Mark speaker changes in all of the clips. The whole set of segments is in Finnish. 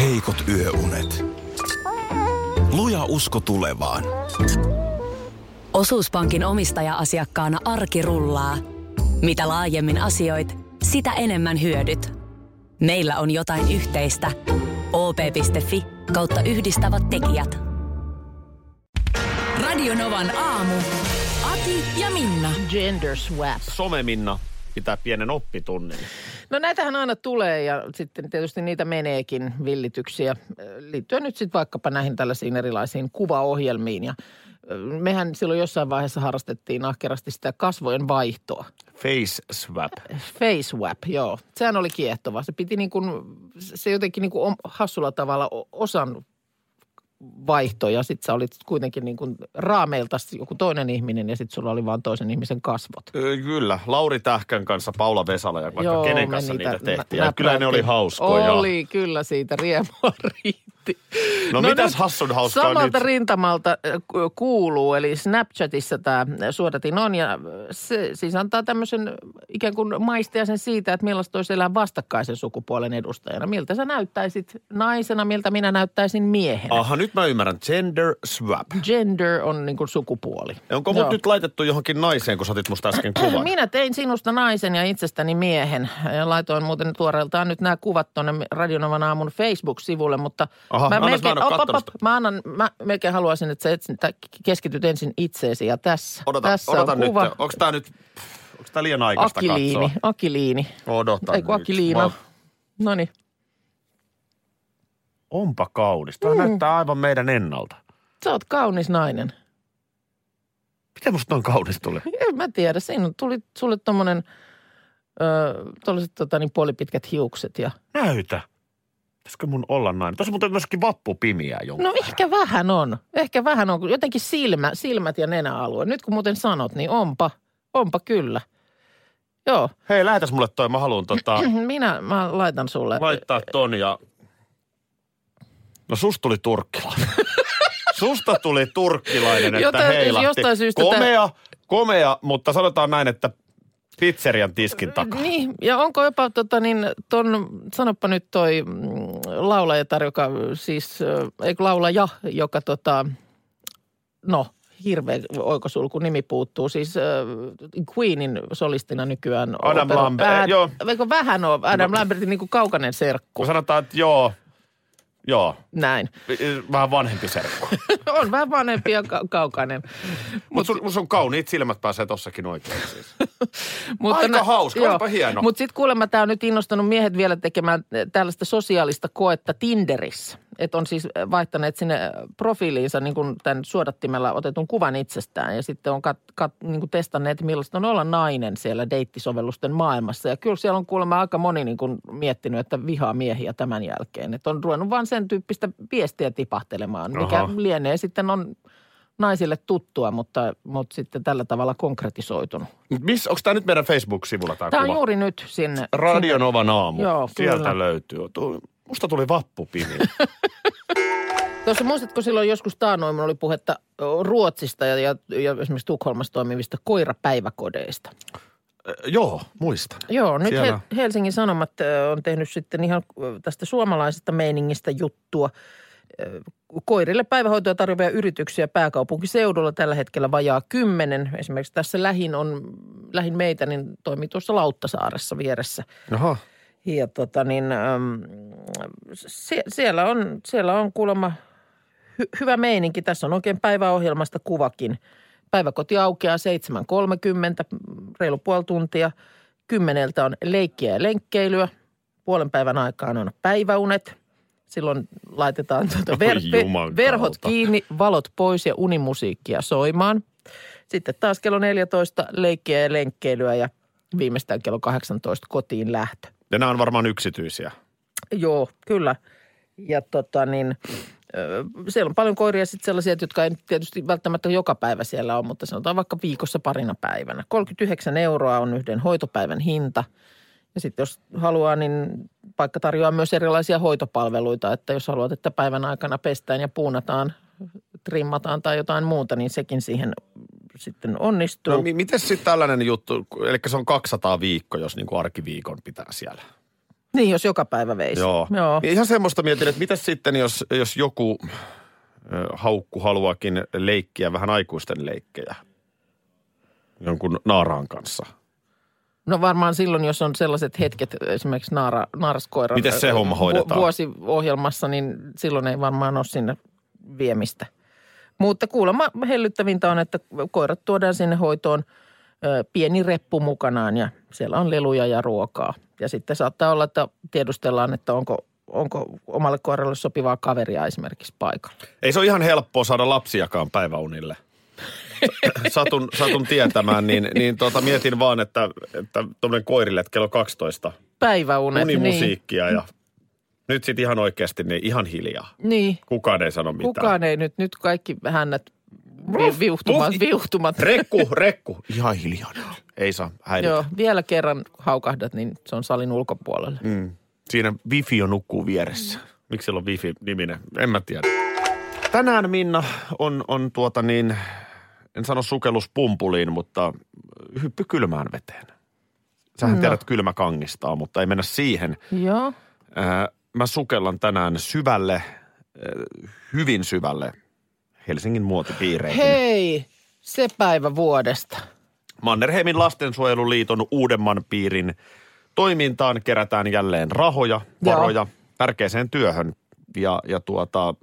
Speaker 1: heikot yöunet. Luja usko tulevaan.
Speaker 2: Osuuspankin omistaja-asiakkaana arki rullaa. Mitä laajemmin asioit, sitä enemmän hyödyt. Meillä on jotain yhteistä. op.fi kautta yhdistävät tekijät.
Speaker 3: Radionovan aamu. Ati ja Minna.
Speaker 4: Gender swap.
Speaker 5: Someminna pitää pienen oppitunnin.
Speaker 4: No näitähän aina tulee ja sitten tietysti niitä meneekin villityksiä äh, liittyen nyt sitten vaikkapa näihin tällaisiin erilaisiin kuvaohjelmiin. Ja äh, mehän silloin jossain vaiheessa harrastettiin ahkerasti sitä kasvojen vaihtoa.
Speaker 5: Face swap.
Speaker 4: Face swap, joo. Sehän oli kiehtova. Se piti niin kuin, se jotenkin niin kuin hassulla tavalla osan vaihto ja sitten sä olit kuitenkin niin kuin raameilta joku toinen ihminen ja sitten sulla oli vaan toisen ihmisen kasvot.
Speaker 5: Kyllä. Lauri Tähkän kanssa, Paula Vesala ja vaikka Joo, kenen kanssa niitä, niitä tehtiin. Nä, kyllä ne oli hauskoja.
Speaker 4: Oli, kyllä siitä riemua riitti.
Speaker 5: No, no mitäs hassun hauskaa
Speaker 4: Samalta
Speaker 5: nyt?
Speaker 4: rintamalta äh, kuuluu, eli Snapchatissa tämä suodatin on ja äh, se siis antaa tämmöisen ikään kuin maistiaisen siitä, että millaista olisi elää vastakkaisen sukupuolen edustajana. Miltä sä näyttäisit naisena, miltä minä näyttäisin miehenä.
Speaker 5: Aha, nyt mä ymmärrän. Gender swap.
Speaker 4: Gender on niin kuin sukupuoli.
Speaker 5: Onko mut nyt laitettu johonkin naiseen, kun sä otit musta äsken kuvan?
Speaker 4: Minä tein sinusta naisen ja itsestäni miehen. Ja laitoin muuten tuoreeltaan nyt nämä kuvat tuonne Radionovan aamun Facebook-sivulle, mutta
Speaker 5: Aha, mä, melkein, mä, op, op, op,
Speaker 4: mä, annan, mä melkein haluaisin, että sä etsin, keskityt ensin itseesi ja tässä,
Speaker 5: odota,
Speaker 4: tässä
Speaker 5: odota
Speaker 4: on
Speaker 5: nyt.
Speaker 4: kuva.
Speaker 5: Onko tämä nyt, onko tää liian aikaista
Speaker 4: akiliini,
Speaker 5: katsoa?
Speaker 4: akiliini.
Speaker 5: Odota
Speaker 4: Ei kun
Speaker 5: nyt.
Speaker 4: akiliina.
Speaker 5: Mä-
Speaker 4: No niin.
Speaker 5: Onpa kaunis. Tämä mm. näyttää aivan meidän ennalta.
Speaker 4: Sä oot kaunis nainen.
Speaker 5: Miten musta on kaunis tuli?
Speaker 4: En mä tiedä. Siinä on- tuli sulle tommonen, ö, tollaset tota, niin puolipitkät hiukset ja...
Speaker 5: Näytä. Pitäisikö mun olla nainen? Tuossa on muuten myöskin vappupimiä jonkun.
Speaker 4: No ehkä vähän on. Ehkä vähän on. kun Jotenkin silmä, silmät ja nenäalue. Nyt kun muuten sanot, niin onpa. Onpa kyllä. Joo. mm-hmm,
Speaker 5: Hei, lähetäs mulle toi. Mä haluan tota,
Speaker 4: Minä mä laitan sulle.
Speaker 5: laittaa ton ja... No susta tuli turkkila. susta tuli turkkilainen, että
Speaker 4: Jotain-
Speaker 5: heilahti.
Speaker 4: jostain syystä
Speaker 5: komea, komea, mutta sanotaan näin, että pizzerian tiskin takaa.
Speaker 4: Niin, ja onko jopa tota niin, ton, sanoppa nyt toi mm, laulajatar, joka siis, äh, ei kun laulaja, joka tota, no, hirveä oikosulku, nimi puuttuu. Siis äh, Queenin solistina nykyään.
Speaker 5: Adam
Speaker 4: opera-
Speaker 5: Lambert,
Speaker 4: vähän-
Speaker 5: joo. No.
Speaker 4: Eikö vähän ole Adam Lambertin niin kuin kaukainen serkku,
Speaker 5: Kun sanotaan, että joo, joo,
Speaker 4: näin.
Speaker 5: vähän vanhempi serkku.
Speaker 4: on vähän vanhempi ja ka- kaukainen.
Speaker 5: Mutta sun, sun kauniit silmät pääsee tossakin oikein siis.
Speaker 4: Mutta
Speaker 5: Aika hauska, olipa hieno.
Speaker 4: Mutta sitten kuulemma tämä on nyt innostanut miehet vielä tekemään eh, tällaista sosiaalista koetta Tinderissä. Että on siis eh, vaihtaneet sinne eh, profiiliinsa niin kuin tämän suodattimella otetun kuvan itsestään. Ja sitten on kat, kat, niin kuin testanneet, millaista on olla nainen siellä deittisovellusten maailmassa. Ja kyllä siellä on kuulemma aika moni niin kuin miettinyt, että vihaa miehiä tämän jälkeen. Että on ruvennut vaan sen tyyppistä viestiä tipahtelemaan, mikä
Speaker 5: Aha.
Speaker 4: lienee sitten on naisille tuttua, mutta, mutta sitten tällä tavalla konkretisoitunut.
Speaker 5: Miss, onko tämä nyt meidän Facebook-sivulla tämä
Speaker 4: Tämä
Speaker 5: kuva?
Speaker 4: on juuri nyt sinne. sinne.
Speaker 5: Radionovan aamu.
Speaker 4: Joo,
Speaker 5: Sieltä
Speaker 4: kyllä.
Speaker 5: löytyy. Tu- Musta tuli vappupimi.
Speaker 4: Tuossa muistatko silloin joskus taannoin, mulla oli puhetta ö, Ruotsista ja, ja, ja esimerkiksi Tukholmassa toimivista koirapäiväkodeista.
Speaker 5: Ö, Joo, muistan.
Speaker 4: Joo, nyt
Speaker 5: Siellä.
Speaker 4: Hel- Helsingin Sanomat ö, on tehnyt sitten ihan ö, tästä suomalaisesta meiningistä juttua. Ö, Koirille päivähoitoa tarjoavia yrityksiä pääkaupunkiseudulla tällä hetkellä vajaa kymmenen. Esimerkiksi tässä lähin on, lähin meitä, niin toimii tuossa Lauttasaaressa vieressä.
Speaker 5: Jaha.
Speaker 4: Ja tota niin, äm, sie- siellä, on, siellä on kuulemma hy- hyvä meininki. Tässä on oikein päiväohjelmasta kuvakin. Päiväkoti aukeaa 7.30, reilu puoli tuntia. Kymmeneltä on leikkiä ja lenkkeilyä. Puolen päivän aikaan on päiväunet. Silloin laitetaan tuota
Speaker 5: Oi
Speaker 4: ver-
Speaker 5: juman
Speaker 4: ve- verhot
Speaker 5: kautta.
Speaker 4: kiinni, valot pois ja unimusiikkia soimaan. Sitten taas kello 14 leikkiä ja lenkkeilyä ja viimeistään kello 18 kotiin lähtö.
Speaker 5: Ja nämä on varmaan yksityisiä.
Speaker 4: Joo, kyllä. Ja tota niin, ö, siellä on paljon koiria sitten sellaisia, jotka ei nyt tietysti välttämättä joka päivä siellä ole, mutta sanotaan vaikka viikossa parina päivänä. 39 euroa on yhden hoitopäivän hinta. Ja sitten jos haluaa, niin paikka tarjoaa myös erilaisia hoitopalveluita, että jos haluat, että päivän aikana pestään ja puunataan, trimmataan tai jotain muuta, niin sekin siihen sitten onnistuu.
Speaker 5: No mi- miten sitten tällainen juttu, eli se on 200 viikko, jos niinku arkiviikon pitää siellä.
Speaker 4: Niin, jos joka päivä veisi.
Speaker 5: Joo.
Speaker 4: Joo.
Speaker 5: Ja Ihan semmoista mietin, että mitä sitten, jos, jos joku ö, haukku haluaakin leikkiä vähän aikuisten leikkejä jonkun naaraan kanssa.
Speaker 4: No varmaan silloin, jos on sellaiset hetket esimerkiksi naara, naaraskoiran
Speaker 5: Miten se
Speaker 4: ö,
Speaker 5: homma
Speaker 4: vu-
Speaker 5: hoidetaan?
Speaker 4: vuosiohjelmassa, niin silloin ei varmaan ole sinne viemistä. Mutta kuulemma hellyttävintä on, että koirat tuodaan sinne hoitoon ö, pieni reppu mukanaan ja siellä on leluja ja ruokaa. Ja sitten saattaa olla, että tiedustellaan, että onko, onko omalle koiralle sopivaa kaveria esimerkiksi paikalla.
Speaker 5: Ei se ole ihan helppoa saada lapsiakaan päiväunille. Satun, satun tietämään, niin, niin tota, mietin vaan, että, että tuommoinen koirille, että kello 12
Speaker 4: Päiväunet. niin-
Speaker 5: unimusiikkia ja nyt sitten ihan oikeasti niin ihan hiljaa.
Speaker 4: Niin, niin.
Speaker 5: Kukaan ei sano mitään.
Speaker 4: kukaan ei nyt, nyt kaikki hännät vi- viuhtumat,
Speaker 5: Ruff.
Speaker 4: viuhtumat.
Speaker 5: Rekku, rekku. Ihan hiljaa nyt. Ei saa häiritä.
Speaker 4: Joo, vielä kerran kun haukahdat, niin se on salin ulkopuolelle. Mm.
Speaker 5: Siinä wifi jo nukkuu vieressä. Miksi siellä on wifi-niminen? En mä tiedä. Tänään Minna on, on tuota niin, en sano sukelluspumpuliin, mutta hyppy kylmään veteen. Sähän no. tiedät, kylmä kangistaa, mutta ei mennä siihen.
Speaker 4: Joo,
Speaker 5: Ää, Äh, Mä sukellan tänään syvälle, äh, hyvin syvälle Helsingin muotopiireihin.
Speaker 4: hei, se päivä vuodesta.
Speaker 5: Mannerheimin lastensuojeluliiton uudemman piirin toimintaan kerätään jälleen rahoja,
Speaker 4: Joo.
Speaker 5: varoja tärkeäseen työhön. Ja, ja tuota,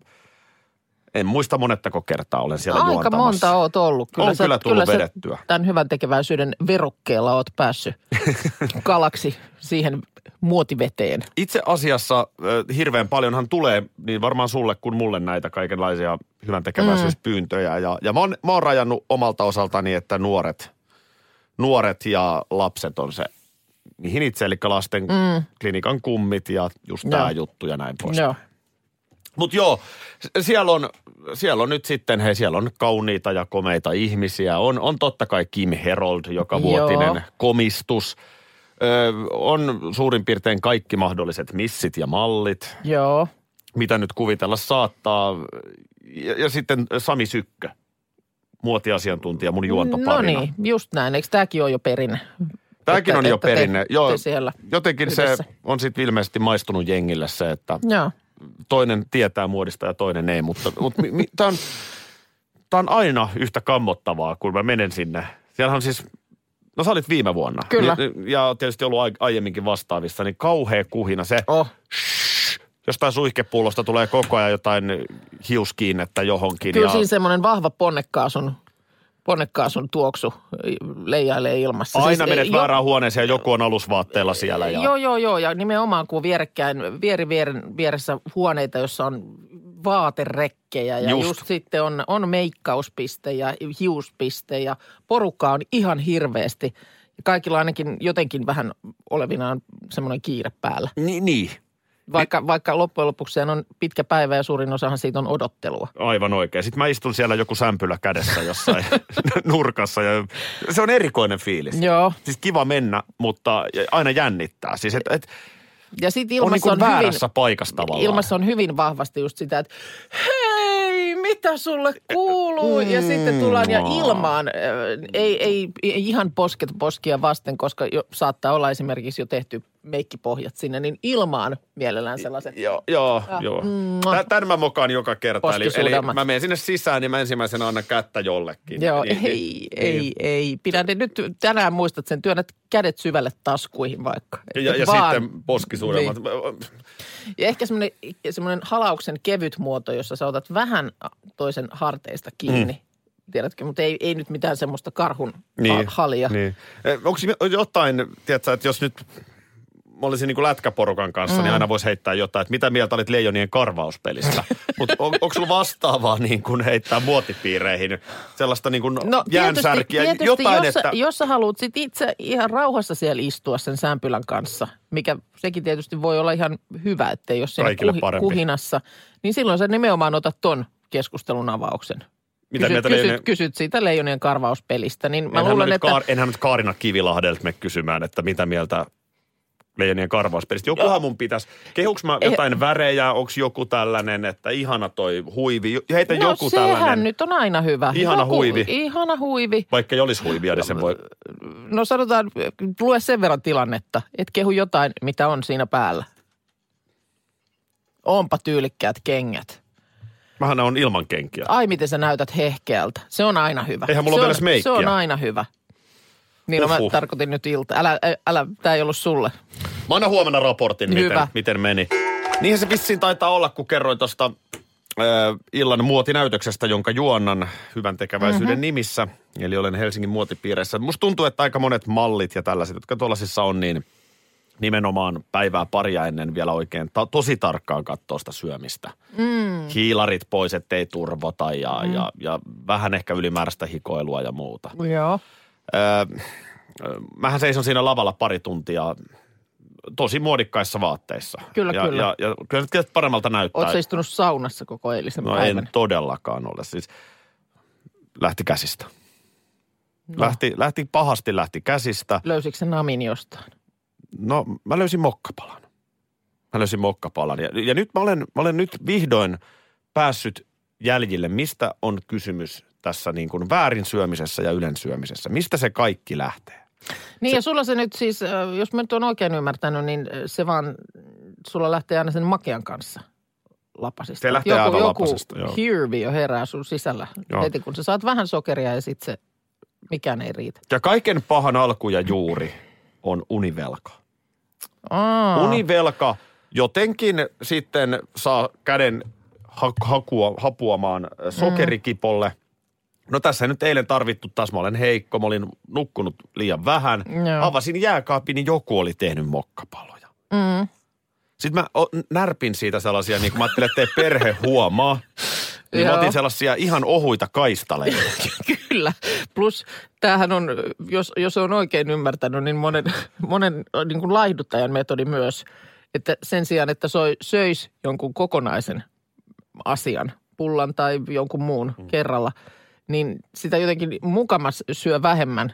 Speaker 5: en muista monettako kertaa olen siellä
Speaker 4: Aika
Speaker 5: juontamassa.
Speaker 4: monta oot ollut. Kyllä
Speaker 5: On
Speaker 4: sä,
Speaker 5: kyllä tullut
Speaker 4: kyllä
Speaker 5: vedettyä.
Speaker 4: Sä tämän hyvän tekeväisyyden verukkeella oot päässyt kalaksi siihen muotiveteen.
Speaker 5: Itse asiassa ö, hirveän paljonhan tulee, niin varmaan sulle kuin mulle näitä kaikenlaisia hyvän
Speaker 4: Mm.
Speaker 5: tekeväisyyspyyntöjä. Ja, ja mä, oon, mä oon rajannut omalta osaltani, että nuoret, nuoret ja lapset on se, mihin itse, eli lasten mm. klinikan kummit ja just tämä
Speaker 4: Joo.
Speaker 5: juttu ja näin pois.
Speaker 4: Joo.
Speaker 5: Mutta joo, s- siellä on, siellä on nyt sitten, hei siellä on kauniita ja komeita ihmisiä. On, on totta kai Kim Herold, joka vuotinen
Speaker 4: Joo.
Speaker 5: komistus. Ö, on suurin piirtein kaikki mahdolliset missit ja mallit,
Speaker 4: Joo.
Speaker 5: mitä nyt kuvitella saattaa. Ja, ja sitten Sami Sykkö, muotiasiantuntija mun
Speaker 4: No
Speaker 5: juontoparina.
Speaker 4: niin, just näin. Eikö tämäkin ole jo perinne?
Speaker 5: Tämäkin
Speaker 4: Että-
Speaker 5: on jo
Speaker 4: että te-
Speaker 5: perinne. Joo,
Speaker 4: te siellä
Speaker 5: jotenkin se
Speaker 4: yhdessä.
Speaker 5: on sitten ilmeisesti maistunut jengille se, että
Speaker 4: Joo.
Speaker 5: toinen tietää muodista ja toinen ei, mutta, mutta mi, mi, tämä on, tää on aina yhtä kammottavaa, kun mä menen sinne. Siellähän on siis, no sä olit viime vuonna.
Speaker 4: Kyllä.
Speaker 5: Ni- Ja, oot tietysti ollut ai- aiemminkin vastaavissa, niin kauhea kuhina se.
Speaker 4: Oh.
Speaker 5: Jostain suihkepullosta tulee koko ajan jotain hiuskiinnettä johonkin.
Speaker 4: Kyllä siis-
Speaker 5: ja,
Speaker 4: siinä semmoinen vahva ponnekaasun, ponnekaasun tuoksu leijailee ilmassa.
Speaker 5: aina menet
Speaker 4: siis, eh, jo-
Speaker 5: väärään huoneeseen ja joku on alusvaatteella siellä. Ja,
Speaker 4: Joo, joo, joo. Ja nimenomaan kun on vierekkäin, vieri vieren, vieressä huoneita, jossa on vaaterekkejä ja
Speaker 5: Just.
Speaker 4: just, just sitten on, on meikkauspiste ja hiuspiste ja porukkaa on ihan hirveästi. Ja Kaikilla ainakin jotenkin vähän olevinaan semmoinen kiire päällä,
Speaker 5: Ni, niin.
Speaker 4: vaikka, vaikka loppujen lopuksi sehän on pitkä päivä ja suurin osahan siitä on odottelua.
Speaker 5: Aivan oikein. Sitten mä istun siellä joku sämpylä kädessä jossain nurkassa. Ja se on erikoinen fiilis.
Speaker 4: Joo.
Speaker 5: Siis kiva mennä, mutta aina jännittää. Siis et, et
Speaker 4: Ja sitten
Speaker 5: on
Speaker 4: ilmassa
Speaker 5: niin
Speaker 4: on,
Speaker 5: kuin väärässä
Speaker 4: hyvin,
Speaker 5: paikassa tavallaan.
Speaker 4: Ilmassa on hyvin vahvasti just sitä, että hei, mitä sulle kuuluu? Ja sitten tullaan ja
Speaker 5: Mm.
Speaker 4: ilmaan, äh, ei, ei, ei ihan posket poskia vasten, koska jo, saattaa olla esimerkiksi jo tehty meikkipohjat sinne, niin ilmaan mielellään sellaiset.
Speaker 5: Joo, joo,
Speaker 4: Ah.
Speaker 5: joo. Tän, tän mä mokaan joka kerta. Eli, eli
Speaker 4: Poskisudelmat.
Speaker 5: mä menen sinne sisään, niin mä ensimmäisenä annan kättä jollekin.
Speaker 4: Joo,
Speaker 5: Niin-
Speaker 4: ei,
Speaker 5: niin.
Speaker 4: ei, ei. Pidän ne nyt, tänään muistat sen, työnnät kädet syvälle taskuihin vaikka.
Speaker 5: Ja, ja
Speaker 4: Et vaan- Niin.
Speaker 5: sitten poskisuudelmat.
Speaker 4: Ja ehkä semmoinen, semmoinen halauksen kevyt muoto, jossa sä otat vähän toisen harteista kiinni. Tiedätkö, mutta ei, ei nyt mitään semmoista karhun niin. halia. Niin.
Speaker 5: Mm. Niin. Onko jotain, tiedätkö, että jos nyt mä olisin niin kuin lätkäporukan kanssa, mm. niin aina voisi heittää jotain, että mitä mieltä olit leijonien karvauspelistä. Mutta on, onko sulla vastaavaa niin kuin heittää muotipiireihin sellaista niin kuin no, jäänsärkiä,
Speaker 4: tietysti
Speaker 5: jotain,
Speaker 4: jos, sä-
Speaker 5: että...
Speaker 4: jos sä haluat sit itse ihan rauhassa siellä istua sen sämpylän kanssa, mikä sekin tietysti voi olla ihan hyvä, että jos siinä
Speaker 5: Kaikille
Speaker 4: kuhi,
Speaker 5: parempi.
Speaker 4: kuhinassa, niin silloin sä nimenomaan otat ton keskustelun avauksen.
Speaker 5: Mitä
Speaker 4: kysyt,
Speaker 5: mieltä
Speaker 4: kysyt,
Speaker 5: leijonien-
Speaker 4: kysyt siitä leijonien karvauspelistä, niin mä
Speaker 5: enhän,
Speaker 4: luulen,
Speaker 5: nyt
Speaker 4: että...
Speaker 5: Kaar, enhän nyt Kaarina Kivilahdelta me kysymään, että mitä mieltä leijonien karvauspelistä. Jokuhan mun pitäisi, kehuks mä
Speaker 4: Eh-
Speaker 5: jotain värejä, onko joku tällainen, että ihana toi huivi, heitä
Speaker 4: no
Speaker 5: joku
Speaker 4: sehän
Speaker 5: tällainen.
Speaker 4: nyt on aina hyvä.
Speaker 5: Ihana huivi.
Speaker 4: Ihana huivi.
Speaker 5: Vaikka ei olisi huivia, niin sen voi
Speaker 4: no sanotaan, lue sen verran tilannetta, että kehu jotain, mitä on siinä päällä. Onpa tyylikkäät kengät.
Speaker 5: Mähän on ilman kenkiä.
Speaker 4: Ai miten sä näytät hehkeältä. Se on aina hyvä.
Speaker 5: Eihän mulla
Speaker 4: se
Speaker 5: ole
Speaker 4: on,
Speaker 5: vielä smeikkiä.
Speaker 4: Se on aina hyvä. Niin no, mä
Speaker 5: Uhuh.
Speaker 4: tarkoitin nyt ilta. Älä, ä- älä, tää ei ollut sulle.
Speaker 5: Mä annan huomenna raportin, miten,
Speaker 4: Hyvä.
Speaker 5: miten meni. Niinhän se vissiin taitaa olla, kun kerroin tuosta äh, illan muotinäytöksestä, jonka juonnan hyvän tekeväisyyden mm-hmm. nimissä. Eli olen Helsingin muotipiireissä. Musta tuntuu, että aika monet mallit ja tällaiset, jotka tuollaisissa on, niin nimenomaan päivää paria ennen vielä oikein ta- tosi tarkkaan katsoa sitä syömistä. Mm. Hiilarit pois, ettei turvota ja, mm. ja, ja vähän ehkä ylimääräistä hikoilua ja muuta.
Speaker 4: Joo.
Speaker 5: Öö, öö, mähän seison siinä lavalla pari tuntia tosi muodikkaissa vaatteissa.
Speaker 4: Kyllä,
Speaker 5: ja,
Speaker 4: kyllä.
Speaker 5: Ja, ja kyllä nyt tietysti paremmalta näyttää.
Speaker 4: Oot sä siis istunut saunassa koko eilisen
Speaker 5: no
Speaker 4: päivän?
Speaker 5: en todellakaan ole. Siis lähti käsistä. No. Lähti, lähti pahasti, lähti käsistä.
Speaker 4: Löysitkö sä namin jostain?
Speaker 5: No mä löysin mokkapalan. Mä löysin mokkapalan. Ja, ja nyt mä olen, mä olen nyt vihdoin päässyt jäljille, mistä on kysymys tässä niin kuin väärin syömisessä ja ylen syömisessä. Mistä se kaikki lähtee?
Speaker 4: Niin ja sulla se nyt siis, äh, jos mä nyt oon oikein ymmärtänyt, niin äh, se vaan, sulla lähtee aina sen makean kanssa lapasista.
Speaker 5: Se lähtee
Speaker 4: joku,
Speaker 5: aivan
Speaker 4: joku
Speaker 5: lapasesta, joo.
Speaker 4: hirviö herää sun sisällä
Speaker 5: Joo.
Speaker 4: joo. heti, kun sä saat vähän sokeria ja sit se mikään ei riitä.
Speaker 5: Ja kaiken pahan alku ja juuri on univelka.
Speaker 4: Aa,
Speaker 5: Univelka jotenkin sitten saa käden ha- hakua, hapuamaan
Speaker 4: Mm.
Speaker 5: ö, sokerikipolle. No tässä nyt eilen tarvittu taas, mä olen heikko, mä olin nukkunut liian vähän.
Speaker 4: Joo.
Speaker 5: Avasin jääkaapin, niin joku oli tehnyt mokkapaloja.
Speaker 4: Mm.
Speaker 5: Sitten mä o- närpin siitä sellaisia, niin kun mä ajattelin, että ei perhe huomaa. Niin mä
Speaker 4: Joo.
Speaker 5: otin sellaisia ihan ohuita kaistaleita.
Speaker 4: Kyllä. Plus tämähän on, jos, jos on oikein ymmärtänyt, niin monen, monen äh, niin kuin laihduttajan metodi myös, että sen sijaan, että soi, söis jonkun kokonaisen asian, pullan tai jonkun muun mm. kerralla, niin sitä jotenkin mukamas syö vähemmän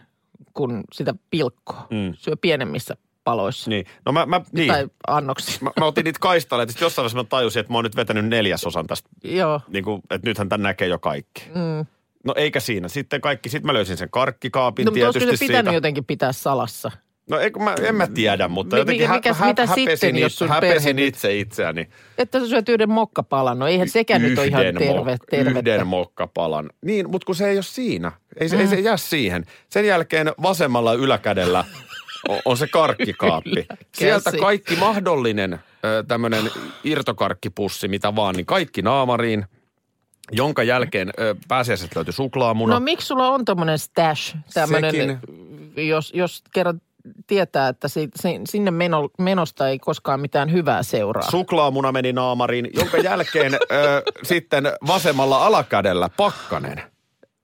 Speaker 4: kuin sitä pilkkoa.
Speaker 5: Mm.
Speaker 4: Mm. Syö pienemmissä paloissa
Speaker 5: niin. No mä, mä, niin.
Speaker 4: niin. tai annoksissa.
Speaker 5: Mä, mä otin niitä kaistaleita. Sitten jossain vaiheessa mä tajusin, että mä oon nyt vetänyt neljäsosan tästä.
Speaker 4: Joo.
Speaker 5: Niin kuin, että nythän tämän näkee jo kaikki.
Speaker 4: Mm.
Speaker 5: No eikä siinä. Sitten kaikki. Sitten mä löysin sen karkkikaapin
Speaker 4: No,
Speaker 5: no,
Speaker 4: mutta olisiko se
Speaker 5: tietysti
Speaker 4: pitänyt
Speaker 5: siitä. Jo...
Speaker 4: jotenkin pitää salassa?
Speaker 5: No ei, kun mä, en mä tiedä, mutta
Speaker 4: Mi-
Speaker 5: jotenkin
Speaker 4: mikä-
Speaker 5: hä-
Speaker 4: mikäs-
Speaker 5: hä-
Speaker 4: mitä
Speaker 5: häpesin,
Speaker 4: sitten,
Speaker 5: it-
Speaker 4: jos sun
Speaker 5: häpesin
Speaker 4: perhe nyt-
Speaker 5: itse itseäni.
Speaker 4: Että sä syöt yhden mokkapalan, no eihän sekään nyt ole ihan
Speaker 5: Yhden
Speaker 4: terve,
Speaker 5: mok-
Speaker 4: tervettä.
Speaker 5: Yhden mokkapalan. Niin, mutta kun se ei ole siinä. Ei se, mm. ei se jää siihen. Sen jälkeen vasemmalla yläkädellä o- on se karkkikaappi. Sieltä
Speaker 4: käsi.
Speaker 5: kaikki mahdollinen tämmöinen irtokarkkipussi, mitä vaan, niin kaikki naamariin. Jonka jälkeen ö, pääsiäiset löytyi suklaamuna.
Speaker 4: No miksi sulla on tämmöinen stash, tämmöinen, jos, jos kerran tietää, että si, si, sinne meno, menosta ei koskaan mitään hyvää seuraa.
Speaker 5: Suklaamuna meni naamariin, jonka jälkeen ö, sitten vasemmalla alakädellä pakkanen.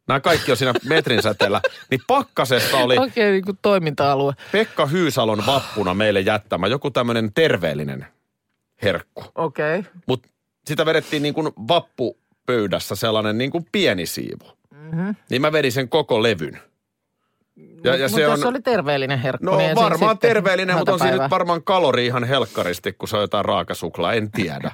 Speaker 5: Nämä kaikki on siinä metrin säteellä. Niin pakkasessa oli
Speaker 4: Oikein niin kuin toiminta-alue.
Speaker 5: Pekka Hyysalon vappuna meille jättämä joku tämmöinen terveellinen herkku.
Speaker 4: Okei. Okay.
Speaker 5: Mutta sitä vedettiin niin kuin vappupöydässä sellainen niin kuin pieni siivu. Mm-hmm. Niin mä vedin sen koko levyn. Ja, ja
Speaker 4: Mutta
Speaker 5: se
Speaker 4: jos
Speaker 5: on,
Speaker 4: se oli terveellinen herkku.
Speaker 5: no
Speaker 4: niin ei se
Speaker 5: varmaan
Speaker 4: sitten
Speaker 5: terveellinen, mutta on siinä nyt
Speaker 4: hätäpäivää.
Speaker 5: varmaan kalori ihan helkkaristi, kun se on jotain raakasuklaa, en tiedä.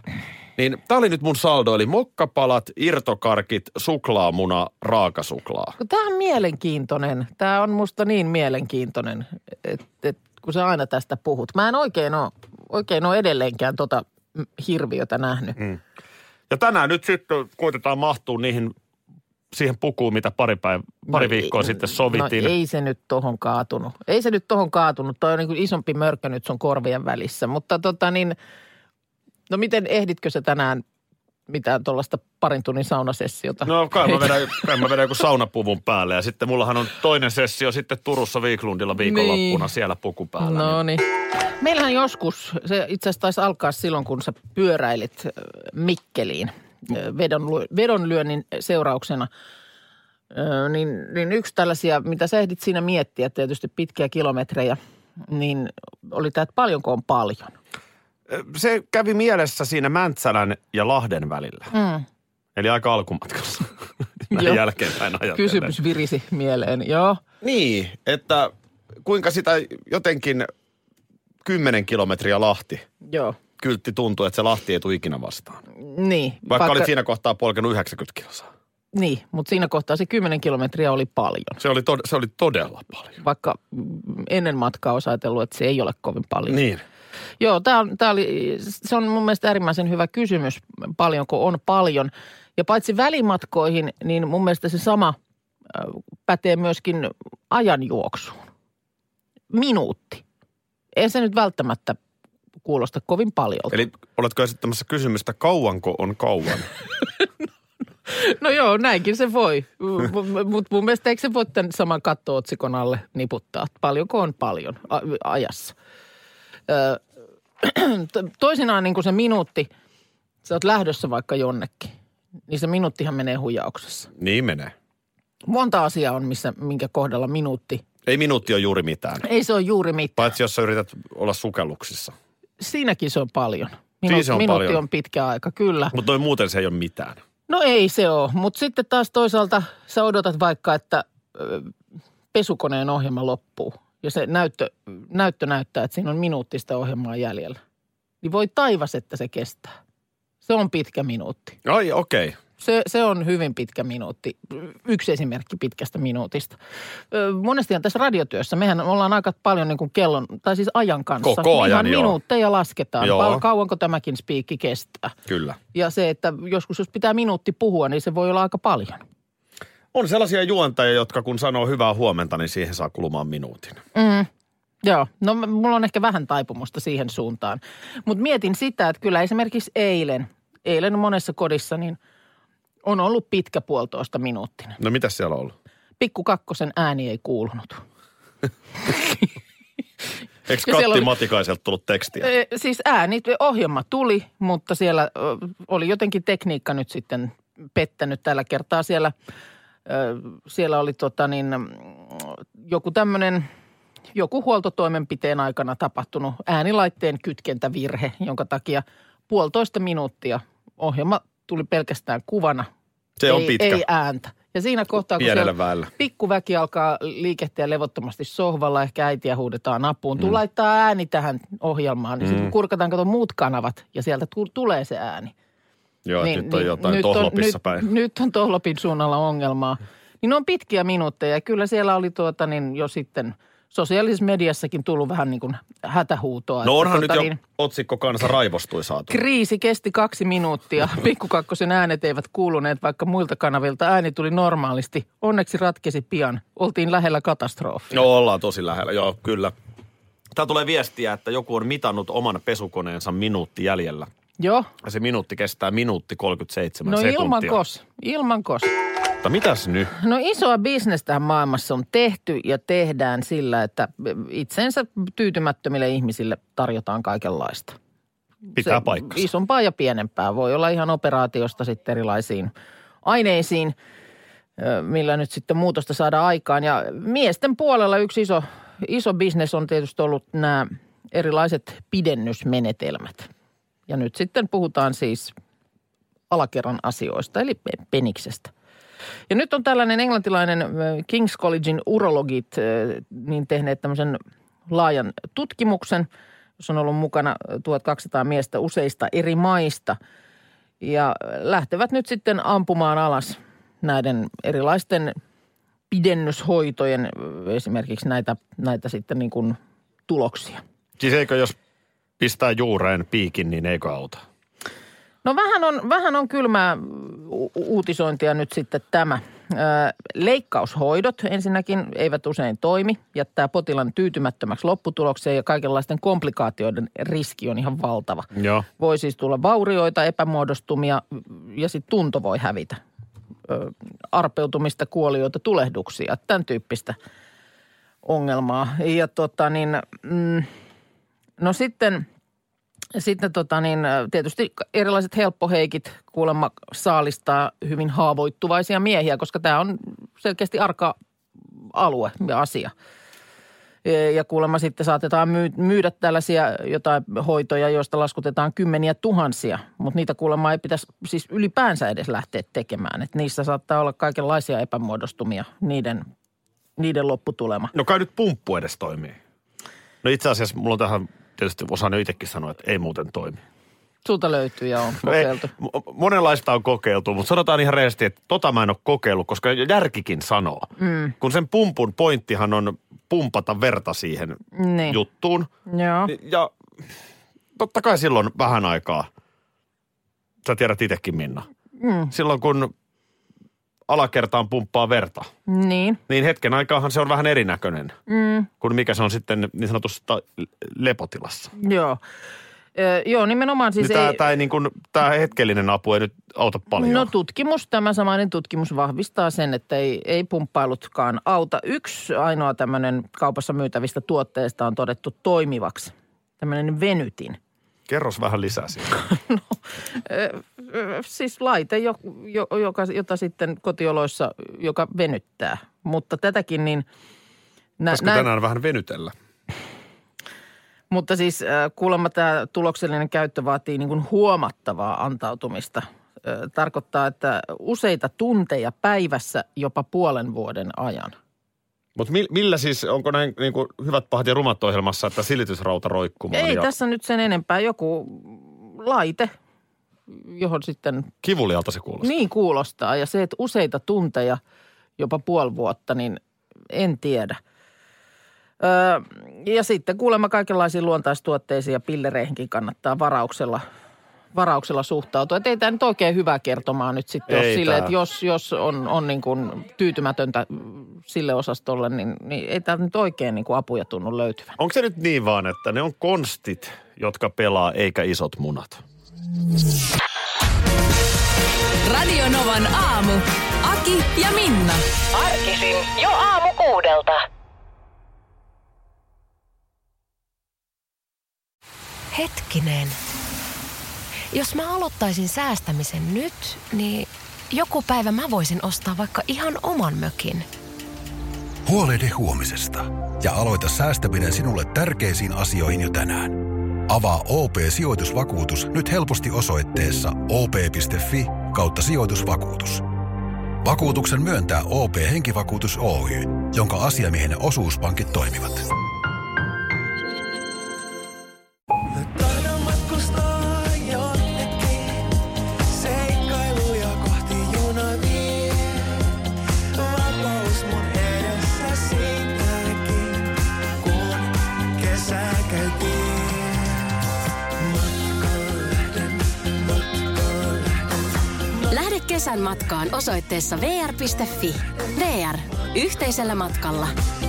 Speaker 5: Niin tää oli nyt mun saldo, eli mokkapalat, irtokarkit, suklaamuna, raakasuklaa.
Speaker 4: Kun Tämä on mielenkiintoinen. Tämä on musta niin mielenkiintoinen, että et, kun sä aina tästä puhut. Mä en oikein ole oikein oo edelleenkään tota mm, hirviötä nähnyt. Mm.
Speaker 5: Ja tänään nyt sitten koitetaan mahtua niihin, siihen pukuun, mitä pari, päiv- pari
Speaker 4: No
Speaker 5: viikkoa
Speaker 4: ei-
Speaker 5: sitten sovittiin.
Speaker 4: No ei se nyt tohon kaatunut. Ei se nyt tohon kaatunut. Toi on niin kuin isompi mörkö nyt sun korvien välissä. Mutta tota niin, no miten ehditkö sä tänään mitään tuollaista parin tunnin saunasessiota?
Speaker 5: No kai mä, vedän, kai mä vedän joku saunapuvun päälle ja sitten mullahan on toinen sessio sitten Turussa Viiklundilla viikonloppuna
Speaker 4: Niin.
Speaker 5: siellä puku päällä.
Speaker 4: No
Speaker 5: niin.
Speaker 4: niin. Meillähän joskus, se itse asiassa taisi alkaa silloin, kun sä pyöräilit ö, Mikkeliin ö, vedonlyö- vedonlyönnin seurauksena. Ö, Niin, niin yksi tällaisia, mitä sä ehdit siinä miettiä, tietysti pitkiä kilometrejä, niin oli tämä, että paljonko on paljon.
Speaker 5: Se kävi mielessä siinä Mäntsälän ja Lahden välillä.
Speaker 4: Mm.
Speaker 5: Eli aika alkumatkassa.
Speaker 4: Joo.
Speaker 5: Näin jälkeenpäin ajatellen.
Speaker 4: Kysymys virisi mieleen, joo.
Speaker 5: Niin, että kuinka sitä jotenkin 10 kilometriä Lahti
Speaker 4: Joo.
Speaker 5: kyltti tuntuu, että se Lahti ei tule ikinä vastaan.
Speaker 4: Niin.
Speaker 5: Vaikka, Vaikka... olit siinä kohtaa polkenut 90 kilsaa.
Speaker 4: Niin, mutta siinä kohtaa se 10 kilometriä oli paljon.
Speaker 5: Se oli, tod- se oli todella paljon.
Speaker 4: Vaikka mm, ennen matkaa olisi ajatellut, että se ei ole kovin paljon.
Speaker 5: Niin.
Speaker 4: Joo, tää on, tää oli, se on mun mielestä äärimmäisen hyvä kysymys, paljonko on paljon. Ja paitsi välimatkoihin, niin mun mielestä se sama ö, pätee myöskin ajanjuoksuun. Minuutti. Ei se nyt välttämättä kuulosta kovin paljolta.
Speaker 5: Eli oletko esittämässä kysymystä, kauanko on kauan?
Speaker 4: No joo, näinkin se voi. Mutta mun mielestä eikö se voi tämän saman katto-otsikon alle niputtaa? että Paljonko on paljon a- ajassa? Ö, to- toisinaan niin kuin se minuutti, sä oot lähdössä vaikka jonnekin, niin se minuuttihan menee huijauksessa.
Speaker 5: niin menee.
Speaker 4: Monta asiaa on, missä, minkä kohdalla minuutti.
Speaker 5: Ei minuutti ole juuri mitään.
Speaker 4: Ei se ole juuri mitään.
Speaker 5: Paitsi jos sä yrität olla sukelluksissa.
Speaker 4: Siinäkin se on paljon.
Speaker 5: Siinä se on
Speaker 4: minuutti
Speaker 5: paljon.
Speaker 4: on pitkä aika, kyllä.
Speaker 5: Mutta noin muuten se ei ole mitään.
Speaker 4: No ei se ole, mutta sitten taas toisaalta sä odotat vaikka, että ö, pesukoneen ohjelma loppuu ja se näyttö, näyttö näyttää, että siinä on minuuttista ohjelmaa jäljellä. Niin voi taivas, että se kestää. Se on pitkä minuutti.
Speaker 5: Ai okei. Okay.
Speaker 4: Se, se on hyvin pitkä minuutti. Yksi esimerkki pitkästä minuutista. Ö, Monestihan tässä radiotyössä, mehän ollaan aika paljon niin kuin kellon, tai siis ajan kanssa.
Speaker 5: Koko ajan,
Speaker 4: Ihan
Speaker 5: joo.
Speaker 4: minuutteja lasketaan.
Speaker 5: Joo.
Speaker 4: Joo. Kauanko tämäkin spiikki kestää.
Speaker 5: Kyllä.
Speaker 4: Ja se, että joskus jos pitää minuutti puhua, niin se voi olla aika paljon.
Speaker 5: On sellaisia juontajia, jotka kun sanoo hyvää huomenta, niin siihen saa kulumaan minuutin.
Speaker 4: Joo, no m- mulla on ehkä vähän taipumusta siihen suuntaan. Mutta mietin sitä, että kyllä esimerkiksi eilen, eilen monessa kodissa, niin on ollut pitkä puolitoista minuuttinen.
Speaker 5: No mitä siellä on ollut?
Speaker 4: Pikku kakkosen ääni ei kuulunut.
Speaker 5: Eikö
Speaker 4: Ja siellä
Speaker 5: Katti
Speaker 4: oli-
Speaker 5: Matikaiselta tullut tekstiä?
Speaker 4: E, siis ääni, ohjelma tuli, mutta siellä ö, oli jotenkin tekniikka nyt sitten pettänyt tällä kertaa. Siellä, ö, siellä oli tota niin, mm, joku tämmöinen joku huoltotoimenpiteen aikana tapahtunut äänilaitteen kytkentävirhe, jonka takia puolitoista minuuttia ohjelma tuli pelkästään kuvana.
Speaker 5: Se on
Speaker 4: ei,
Speaker 5: pitkä.
Speaker 4: Ei ääntä. Ja siinä kohtaa, kun
Speaker 5: Pienellä
Speaker 4: siellä
Speaker 5: väellä.
Speaker 4: pikkuväki alkaa liikehtiä levottomasti sohvalla, ehkä äitiä huudetaan apuun.
Speaker 5: Mm.
Speaker 4: Tuu laittaa ääni tähän ohjelmaan, niin mm. sitten kurkataan kato muut kanavat ja sieltä tu- tulee se ääni.
Speaker 5: Joo,
Speaker 4: niin,
Speaker 5: niin, nyt on
Speaker 4: niin
Speaker 5: jotain
Speaker 4: nyt on-
Speaker 5: tohlopissa
Speaker 4: nyt,
Speaker 5: päin.
Speaker 4: Nyt on Tohlopin suunnalla ongelmaa. Niin ne on pitkiä minuutteja ja kyllä siellä oli tuota niin jo sitten sosiaalisessa mediassakin tullut vähän niin kuin hätähuutoa.
Speaker 5: No
Speaker 4: että
Speaker 5: onhan nyt
Speaker 4: tuota
Speaker 5: jo
Speaker 4: niin-
Speaker 5: otsikko kansa raivostui saatu.
Speaker 4: Kriisi kesti kaksi minuuttia. Pikkukakkosen äänet eivät kuuluneet, vaikka muilta kanavilta ääni tuli normaalisti. Onneksi ratkesi pian. Oltiin lähellä katastrofia.
Speaker 5: No ollaan tosi lähellä, joo kyllä. Tää tulee viestiä, että joku on mitannut oman pesukoneensa minuutti jäljellä.
Speaker 4: Joo.
Speaker 5: Ja se minuutti kestää minuutti 37
Speaker 4: No
Speaker 5: sekuntia.
Speaker 4: ilman kos. Ilman kos.
Speaker 5: Mutta mitäs nyt?
Speaker 4: No isoa bisnestähän maailmassa on tehty ja tehdään sillä, että itsensä tyytymättömille ihmisille tarjotaan kaikenlaista.
Speaker 5: Pitää paikkansa.
Speaker 4: Isompaa ja pienempää. Voi olla ihan operaatiosta sitten erilaisiin aineisiin, ö, millä nyt sitten muutosta saadaan aikaan. Ja miesten puolella yksi iso, iso bisnes on tietysti ollut nämä erilaiset pidennysmenetelmät. Ja nyt sitten puhutaan siis alakerran asioista, eli pe- peniksestä. Ja nyt on tällainen englantilainen ö, King's Collegein urologit ö, niin tehneet tämmöisen laajan tutkimuksen, jossa on ollut mukana ö, 1200 miestä useista eri maista. Ja lähtevät nyt sitten ampumaan alas näiden erilaisten pidennyshoitojen ö, esimerkiksi näitä, näitä sitten niin kuin tuloksia.
Speaker 5: Siis eikö jos pistää juureen piikin, niin eikö auta?
Speaker 4: No vähän on, vähän on kylmää u- uutisointia nyt sitten tämä. Ö, Leikkaushoidot ensinnäkin eivät usein toimi, jättää potilaan tyytymättömäksi lopputulokseen ja kaikenlaisten komplikaatioiden riski on ihan valtava.
Speaker 5: Joo.
Speaker 4: Voi siis tulla vaurioita, epämuodostumia ja sitten tunto voi hävitä. Ö, Arpeutumista, kuolioita, tulehduksia, tämän tyyppistä ongelmaa. Ja tota niin, mm, no sitten – sitten tota niin, tietysti erilaiset helppoheikit kuulemma saalistaa hyvin haavoittuvaisia miehiä, koska tämä on selkeästi arka alue ja asia. E- Ja kuulemma sitten saatetaan myy- myydä tällaisia jotain hoitoja, joista laskutetaan kymmeniä tuhansia, mutta niitä kuulemma ei pitäisi siis ylipäänsä edes lähteä tekemään. Et niissä saattaa olla kaikenlaisia epämuodostumia niiden, niiden lopputulema.
Speaker 5: No kai nyt pumppu edes toimii. No itse asiassa mulla on tähän, tietysti osaan jo itsekin sanoa, että ei muuten toimi.
Speaker 4: sulta löytyy ja on kokeiltu.
Speaker 5: Ei, mo- monenlaista on kokeiltu, mutta sanotaan ihan rehellisesti, että tota mä en ole kokeillut, koska järkikin sanoo. Mm. Kun sen pumpun pointtihan on pumpata verta siihen
Speaker 4: Niin.
Speaker 5: juttuun.
Speaker 4: Joo.
Speaker 5: Ja totta kai silloin vähän aikaa, sä tiedät itsekin Minna, mm. silloin kun alakertaan pumppaa verta,
Speaker 4: Niin.
Speaker 5: niin hetken aikaahan se on vähän erinäköinen mm. kuin mikä se on sitten niin sanotusta lepotilassa.
Speaker 4: Joo. Ö, joo, nimenomaan siis
Speaker 5: Siis niin
Speaker 4: ei...
Speaker 5: tämä niin kun, tää hetkellinen apu ei nyt auta paljon.
Speaker 4: No tutkimus, tämä samainen tutkimus vahvistaa sen, että ei, ei pumppailutkaan auta. Yksi ainoa tämmöinen kaupassa myytävistä tuotteista on todettu toimivaksi. Tämmöinen venytin.
Speaker 5: Kerros vähän lisää siitä.
Speaker 4: Ö, ö, Siis laite, jo, jo, joka, jota sitten kotioloissa, joka venyttää. Mutta tätäkin niin... Nä,
Speaker 5: Pitäisikö tänään vähän venytellä?
Speaker 4: Mutta siis äh, kuulemma tämä tuloksellinen käyttö vaatii niin kuin huomattavaa antautumista. Ö, Tarkoittaa, että useita tunteja päivässä jopa puolen vuoden ajan.
Speaker 5: Mutta millä siis, onko näin niin kuin hyvät pahat ja rumat ohjelmassa, että silitysrauta roikkumaan
Speaker 4: Ei
Speaker 5: ja
Speaker 4: tässä nyt sen enempää. Joku laite, johon sitten
Speaker 5: kivulialta se kuulostaa?
Speaker 4: niin kuulostaa. Ja se, että useita tunteja, jopa puoli vuotta, niin en tiedä. Öö, ja sitten kuulemma kaikenlaisiin luontaistuotteisiin ja pillereihinkin kannattaa varauksella, varauksella suhtautua. Et ei tämä nyt oikein hyvä kertomaan nyt sitten,
Speaker 5: Ei
Speaker 4: jos, sille,
Speaker 5: tää.
Speaker 4: että jos, jos on, on niin kuin tyytymätöntä mm, sille osastolle, niin, niin ei tämä nyt oikein niin kuin apuja tunnu löytyvän.
Speaker 5: Onko se nyt niin vaan, että ne on konstit, jotka pelaa, eikä isot munat?
Speaker 3: Radio Novan aamu. Aki ja Minna.
Speaker 6: Arkisin jo aamu kuudelta.
Speaker 7: Hetkinen. Jos mä aloittaisin säästämisen nyt, niin joku päivä mä voisin ostaa vaikka ihan oman mökin.
Speaker 1: Huolehdi huomisesta ja aloita säästäminen sinulle tärkeisiin asioihin jo tänään. Avaa OP-sijoitusvakuutus nyt helposti osoitteessa op.fi kautta sijoitusvakuutus. Vakuutuksen myöntää OP-henkivakuutus Oy, jonka asiamiehen osuuspankit toimivat.
Speaker 7: Lähde kesän matkaan osoitteessa vr.fi. VR. Yhteisellä matkalla.